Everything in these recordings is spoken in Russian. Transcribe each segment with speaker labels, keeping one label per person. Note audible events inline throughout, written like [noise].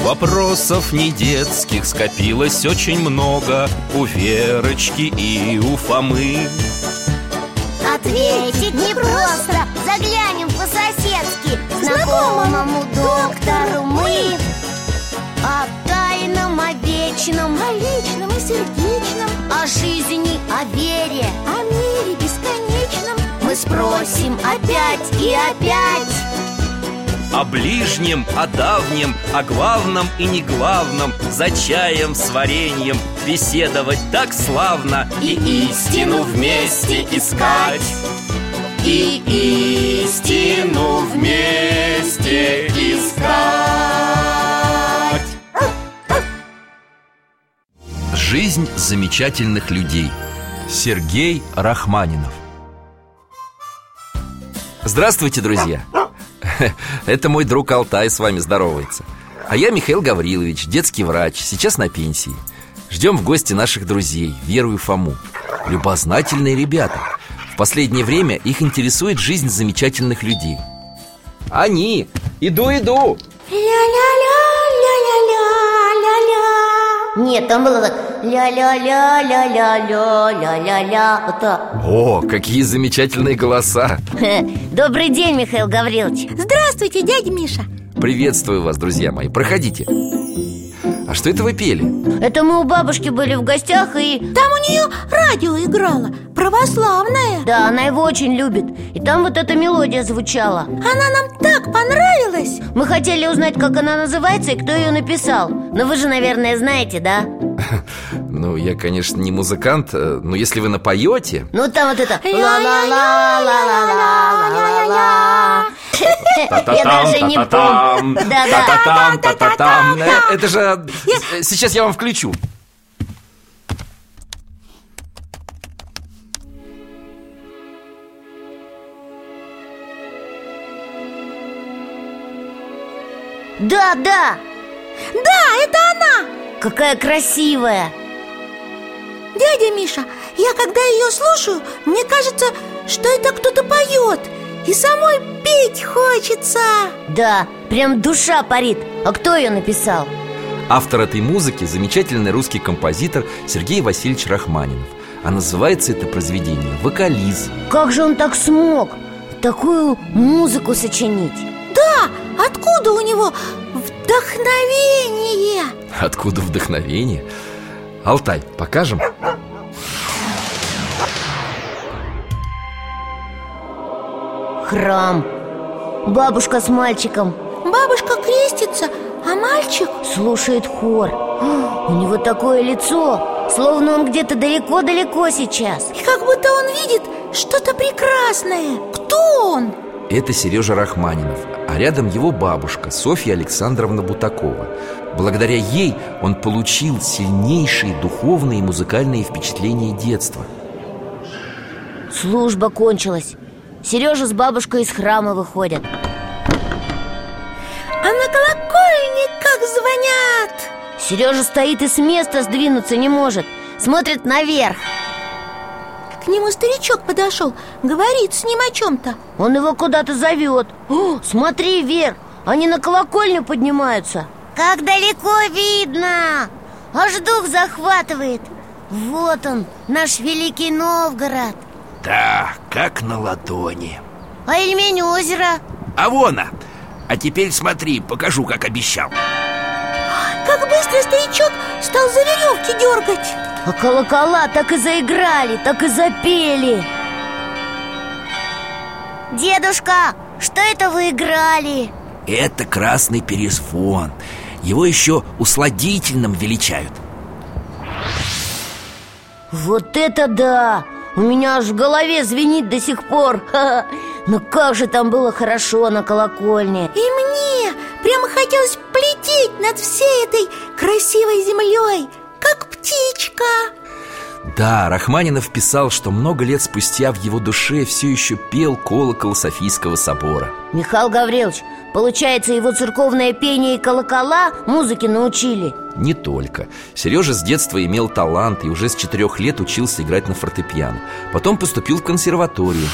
Speaker 1: Вопросов не детских скопилось очень много У Верочки и у Фомы
Speaker 2: Ответить непросто Заглянем по-соседски Знакомому доктору мы О тайном, о вечном
Speaker 3: О личном и сердечном
Speaker 2: О жизни, о вере
Speaker 3: О мире бесконечном
Speaker 2: Мы спросим опять и опять
Speaker 1: О ближнем, о давнем, о главном и не главном За чаем с вареньем беседовать так славно И истину вместе искать И истину вместе искать Жизнь замечательных людей Сергей Рахманинов Здравствуйте, друзья! [laughs] Это мой друг Алтай с вами здоровается. А я Михаил Гаврилович, детский врач, сейчас на пенсии. Ждем в гости наших друзей, Веру и Фому. Любознательные ребята. В последнее время их интересует жизнь замечательных людей. Они! Иду, иду!
Speaker 3: Ля-ля-ля-ля-ля-ля-ля
Speaker 2: Нет, там было так Ля-ля-ля-ля-ля-ля-ля-ля Вот так [laughs]
Speaker 1: О, какие замечательные голоса!
Speaker 2: Добрый день, Михаил Гаврилович
Speaker 3: Здравствуйте, дядя Миша
Speaker 1: Приветствую вас, друзья мои, проходите. А что это вы пели?
Speaker 2: Это мы у бабушки были в гостях и...
Speaker 3: Там у нее радио играло, православное
Speaker 2: Да, она его очень любит И там вот эта мелодия звучала
Speaker 3: Она нам так понравилась
Speaker 2: Мы хотели узнать, как она называется и кто ее написал Но вы же, наверное, знаете, да?
Speaker 1: Ну, я, конечно, не музыкант, э, но если вы напоете,
Speaker 2: Ну там вот это [laughs]
Speaker 3: Ля-ля-ля-ля-ля-ля-ля-ля-ля.
Speaker 1: Я
Speaker 2: даже не помню. Да-да.
Speaker 1: Та-та-там, та-та-там. Э,
Speaker 3: Та-та-та.
Speaker 1: Это же... э, Сейчас я вам включу.
Speaker 2: Да, да,
Speaker 3: Да, это она
Speaker 2: какая красивая
Speaker 3: Дядя Миша, я когда ее слушаю, мне кажется, что это кто-то поет И самой петь хочется
Speaker 2: Да, прям душа парит А кто ее написал?
Speaker 1: Автор этой музыки – замечательный русский композитор Сергей Васильевич Рахманинов. А называется это произведение «Вокализ».
Speaker 2: Как же он так смог такую музыку сочинить?
Speaker 3: Да, откуда у него вдохновение?
Speaker 1: Откуда вдохновение? Алтай, покажем?
Speaker 2: Храм Бабушка с мальчиком
Speaker 3: Бабушка крестится, а мальчик
Speaker 2: слушает хор [gasps] А, У него такое лицо, словно он где-то далеко-далеко сейчас
Speaker 3: И как будто он видит что-то прекрасное Кто он?
Speaker 1: Это Сережа Рахманинов, а рядом его бабушка Софья Александровна Бутакова. Благодаря ей он получил сильнейшие духовные и музыкальные впечатления детства.
Speaker 2: Служба кончилась Сережа с бабушкой из храма выходят
Speaker 3: А на колокольне как звонят
Speaker 2: Сережа стоит и с места сдвинуться не может Смотрит наверх
Speaker 3: К нему старичок подошел, говорит с ним о чем-то
Speaker 2: Он его куда-то зовет О, смотри, Вер, они на колокольню поднимаются Как далеко видно Аж дух захватывает Вот он, наш великий Новгород
Speaker 1: Да, как на ладони
Speaker 2: А Ильмень озеро
Speaker 1: А вон она А теперь смотри, покажу, как обещал
Speaker 3: Как быстро старичок стал за веревки дергать
Speaker 2: А колокола так и заиграли, так и запели Дедушка, что это вы играли?
Speaker 1: Это красный пересфон Его еще усладительным величают
Speaker 2: Вот это да! У меня аж в голове звенит до сих пор [laughs] Ха-ха. Но как же там было хорошо на колокольне
Speaker 3: И мне прямо хотелось полететь над всей этой красивой землей Как птичка
Speaker 1: Да, Рахманинов писал, что много лет спустя в его душе все еще пел колокол Софийского собора
Speaker 2: Михаил Гаврилович, получается, его церковное пение и колокола музыке научили
Speaker 1: Не только Сережа с детства имел талант и уже с четырех лет учился играть на фортепиано Потом поступил в консерваторию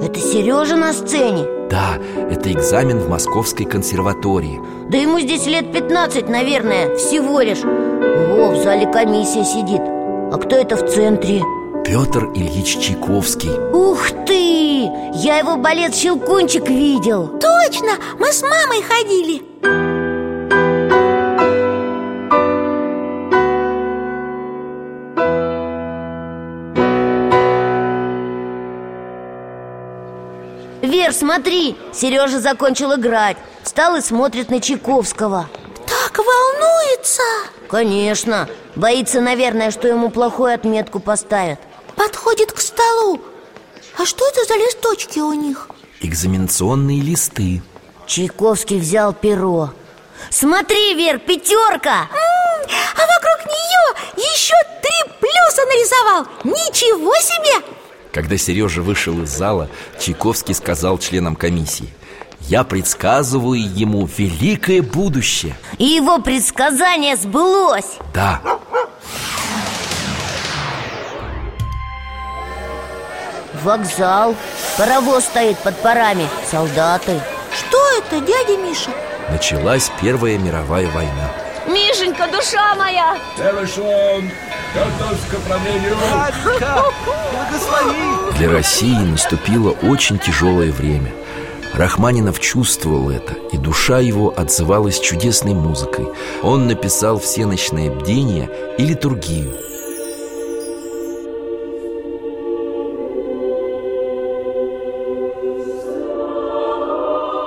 Speaker 2: Это Сережа на сцене
Speaker 1: Да, это экзамен в Московской консерватории
Speaker 2: Да ему здесь лет 15, наверное, всего лишь О, в зале комиссия сидит А кто это в центре?
Speaker 1: Петр Ильич Чайковский
Speaker 2: Ух ты! Я его балет «Щелкунчик» видел
Speaker 3: Точно, мы с мамой ходили
Speaker 2: Вер, смотри, Сережа закончил играть Встал и смотрит на Чайковского
Speaker 3: Так волнуется
Speaker 2: Конечно, боится, наверное, что ему плохую отметку поставят
Speaker 3: Подходит к столу А что это за листочки у них?
Speaker 1: Экзаменационные листы
Speaker 2: Чайковский взял перо Смотри, Вер, пятерка!
Speaker 3: М, А вокруг нее еще три плюса нарисовал Ничего себе!
Speaker 1: Когда Сережа вышел из зала, Чайковский сказал членам комиссии «Я предсказываю ему великое будущее»
Speaker 2: И его предсказание сбылось
Speaker 1: Да,
Speaker 2: Вокзал, паровоз стоит под парами, солдаты
Speaker 3: Что это, дядя Миша?
Speaker 1: началась Первая мировая война
Speaker 4: Мишенька, душа моя!
Speaker 5: Девишон, готовься к управлению
Speaker 1: Для России наступило очень тяжелое время Рахманинов чувствовал это, и душа его отзывалась чудесной музыкой Он написал «Всеночное бдение» и «Литургию»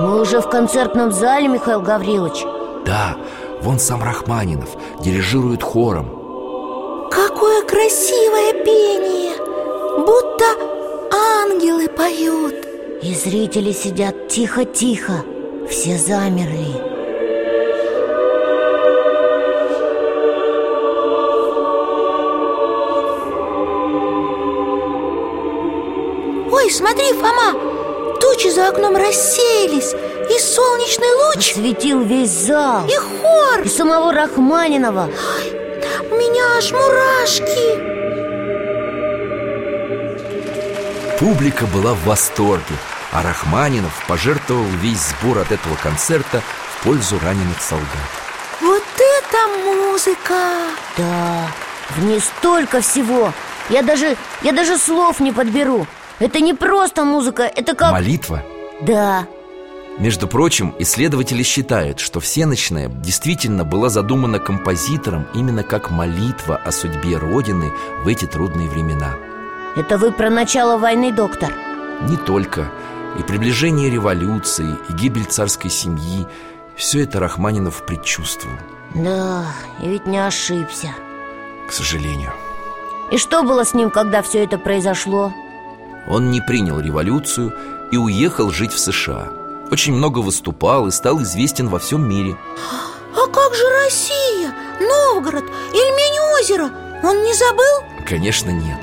Speaker 2: Мы уже в концертном зале, Михаил Гаврилович
Speaker 1: Да, вон сам Рахманинов, дирижирует хором
Speaker 3: Какое красивое пение! Будто ангелы поют
Speaker 2: И зрители сидят тихо-тихо Все замерли
Speaker 3: Ой, смотри, Фома, тучи за окном рассеялись И солнечный луч,
Speaker 2: Светил весь зал
Speaker 3: и хор
Speaker 2: И самого Рахманинова
Speaker 3: У меня аж мурашки
Speaker 1: Публика была в восторге, а Рахманинов пожертвовал весь сбор от этого концерта в пользу раненых солдат.
Speaker 3: Вот это музыка!
Speaker 2: Да, в ней столько всего Я даже, я даже слов не подберу Это не просто музыка, это как...
Speaker 1: Молитва.
Speaker 2: Да,
Speaker 1: Между прочим, исследователи считают, что «Всеночная» действительно была задумана композитором именно как молитва о судьбе Родины в эти трудные времена.
Speaker 2: это вы про начало войны, доктор
Speaker 1: Не только. И приближение революции, и гибель царской семьи – все это Рахманинов предчувствовал,
Speaker 2: Да, и ведь не ошибся
Speaker 1: к сожалению.
Speaker 2: И что было с ним, когда все это произошло?
Speaker 1: Он не принял революцию и уехал жить в США. Очень много выступал и стал известен во всем мире.
Speaker 3: А как же Россия, Новгород, Ильмень озеро? Он не забыл?
Speaker 1: Конечно, нет.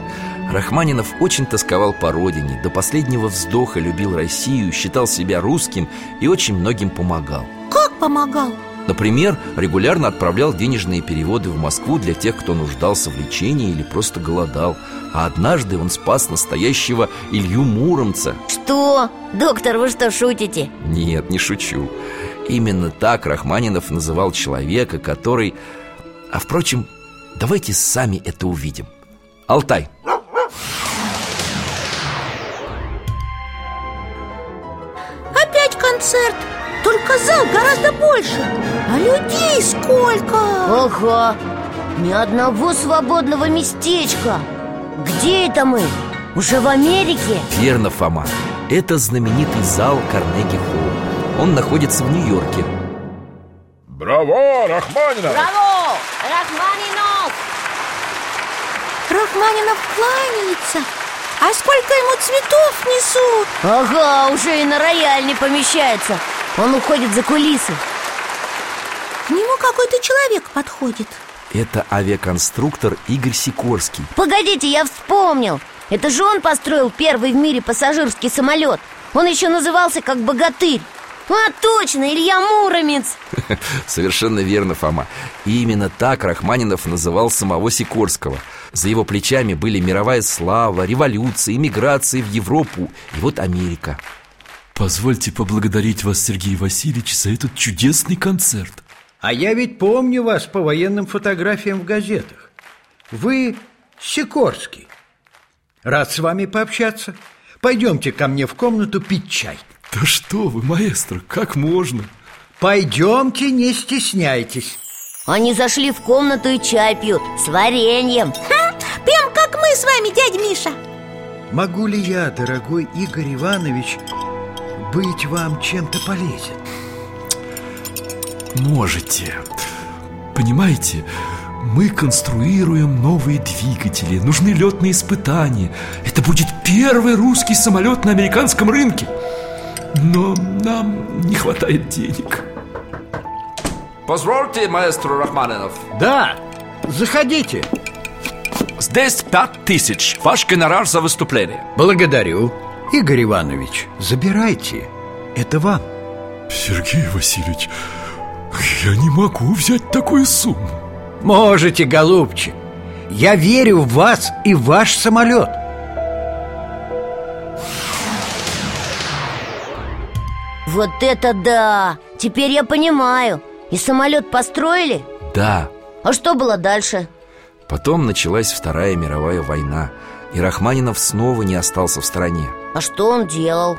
Speaker 1: Рахманинов очень тосковал по родине, до последнего вздоха любил Россию, считал себя русским и очень многим помогал.
Speaker 3: Как помогал?
Speaker 1: Например, регулярно отправлял денежные переводы в Москву для тех, кто нуждался в лечении или просто голодал. А однажды он спас настоящего Илью Муромца,
Speaker 2: Что? Доктор, вы что, шутите?
Speaker 1: Нет, не шучу Именно так Рахманинов называл человека, который... А впрочем, давайте сами это увидим Алтай,
Speaker 3: Опять концерт, только зал гораздо больше А людей сколько!
Speaker 2: Ага, ни одного свободного местечка Где это мы? Уже в Америке?
Speaker 1: верно, Фома Это знаменитый зал Карнеги-Холл Он находится в Нью-Йорке
Speaker 5: Браво, Рахманинов!
Speaker 2: Браво! Рахманинов!
Speaker 3: Рахманинов кланяется А сколько ему цветов несут!
Speaker 2: Ага, уже и на рояль не помещается Он уходит за кулисы
Speaker 3: К нему какой-то человек подходит
Speaker 1: Это авиаконструктор Игорь Сикорский
Speaker 2: Погодите, я вспомнил Это же он построил первый в мире пассажирский самолет Он еще назывался как богатырь А, точно, Илья Муромец
Speaker 1: [laughs] Совершенно верно, Фома И именно так Рахманинов называл самого Сикорского За его плечами были мировая слава, революция, иммиграция в Европу И вот Америка
Speaker 6: Позвольте поблагодарить вас, Сергей Васильевич, за этот чудесный концерт.
Speaker 7: А я ведь помню вас по военным фотографиям в газетах. Вы Сикорский. Рад с вами пообщаться. Пойдемте ко мне в комнату пить чай.
Speaker 6: Да что вы, маэстро, как можно?
Speaker 7: Пойдемте, не стесняйтесь.
Speaker 2: Они зашли в комнату и чай пьют с вареньем
Speaker 3: Ха, прям как мы с вами, дядя Миша
Speaker 7: Могу ли я, дорогой Игорь Иванович, быть вам чем-то полезен?
Speaker 6: Можете. Понимаете, мы конструируем новые двигатели, нужны летные испытания. Это будет первый русский самолет на американском рынке. Но нам не хватает денег.
Speaker 1: Позвольте, маэстро Рахманинов
Speaker 7: Да, заходите.
Speaker 1: Здесь пять тысяч Ваш гонорар за выступление
Speaker 7: Благодарю. Игорь Иванович, забирайте. Это вам.
Speaker 6: Сергей Васильевич, я не могу взять такую сумму.
Speaker 7: Можете, голубчик. Я верю в вас и в ваш самолет.
Speaker 2: Вот это да! Теперь я понимаю И самолет построили?
Speaker 1: Да,
Speaker 2: А что было дальше?
Speaker 1: потом началась Вторая мировая война И Рахманинов снова не остался в стране
Speaker 2: А что он делал?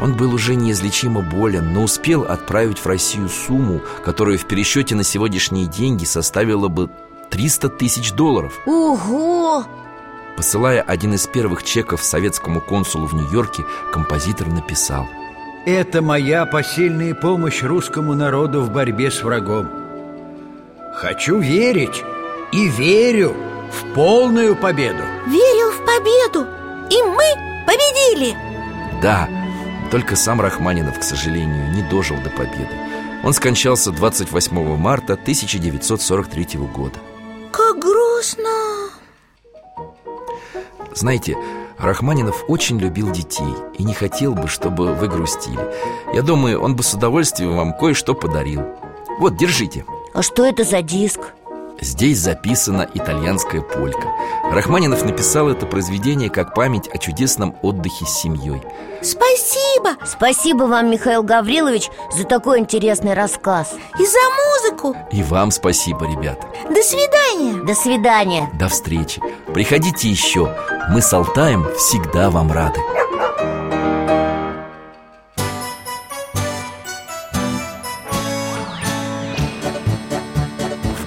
Speaker 1: Он был уже неизлечимо болен, но успел отправить в Россию сумму, которая в пересчете на сегодняшние деньги составила бы 300 тысяч долларов.
Speaker 2: Ого!
Speaker 1: Посылая один из первых чеков советскому консулу в Нью-Йорке, композитор написал
Speaker 7: Это моя посильная помощь русскому народу в борьбе с врагом. Хочу верить и верю в полную победу.
Speaker 3: Верил в победу И мы победили
Speaker 1: «Да». Только сам Рахманинов, к сожалению, не дожил до победы. Он скончался 28 марта 1943 года.
Speaker 3: Как грустно
Speaker 1: Знаете, Рахманинов очень любил детей и не хотел бы, чтобы вы грустили. Я думаю, он бы с удовольствием вам кое-что подарил. Вот, держите.
Speaker 2: А что это за диск?
Speaker 1: Здесь записана итальянская полька. Рахманинов написал это произведение как память о чудесном отдыхе с семьей.
Speaker 3: Спасибо
Speaker 2: Спасибо вам, Михаил Гаврилович, за такой интересный рассказ
Speaker 3: и за музыку
Speaker 1: И вам спасибо, ребята.
Speaker 3: До свидания
Speaker 2: До свидания
Speaker 1: До встречи. Приходите еще. Мы с Алтаем всегда вам рады. В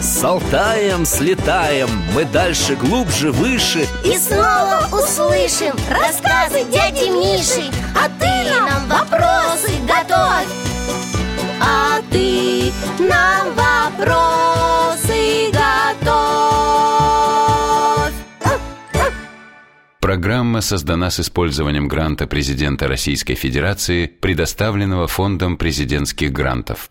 Speaker 1: С Алтаем слетаем, мы дальше, глубже, выше.
Speaker 2: И снова услышим рассказы дяди Миши А ты нам вопросы готовь А ты нам вопросы готовь
Speaker 8: Программа создана с использованием гранта президента Российской Федерации, предоставленного Фондом президентских грантов.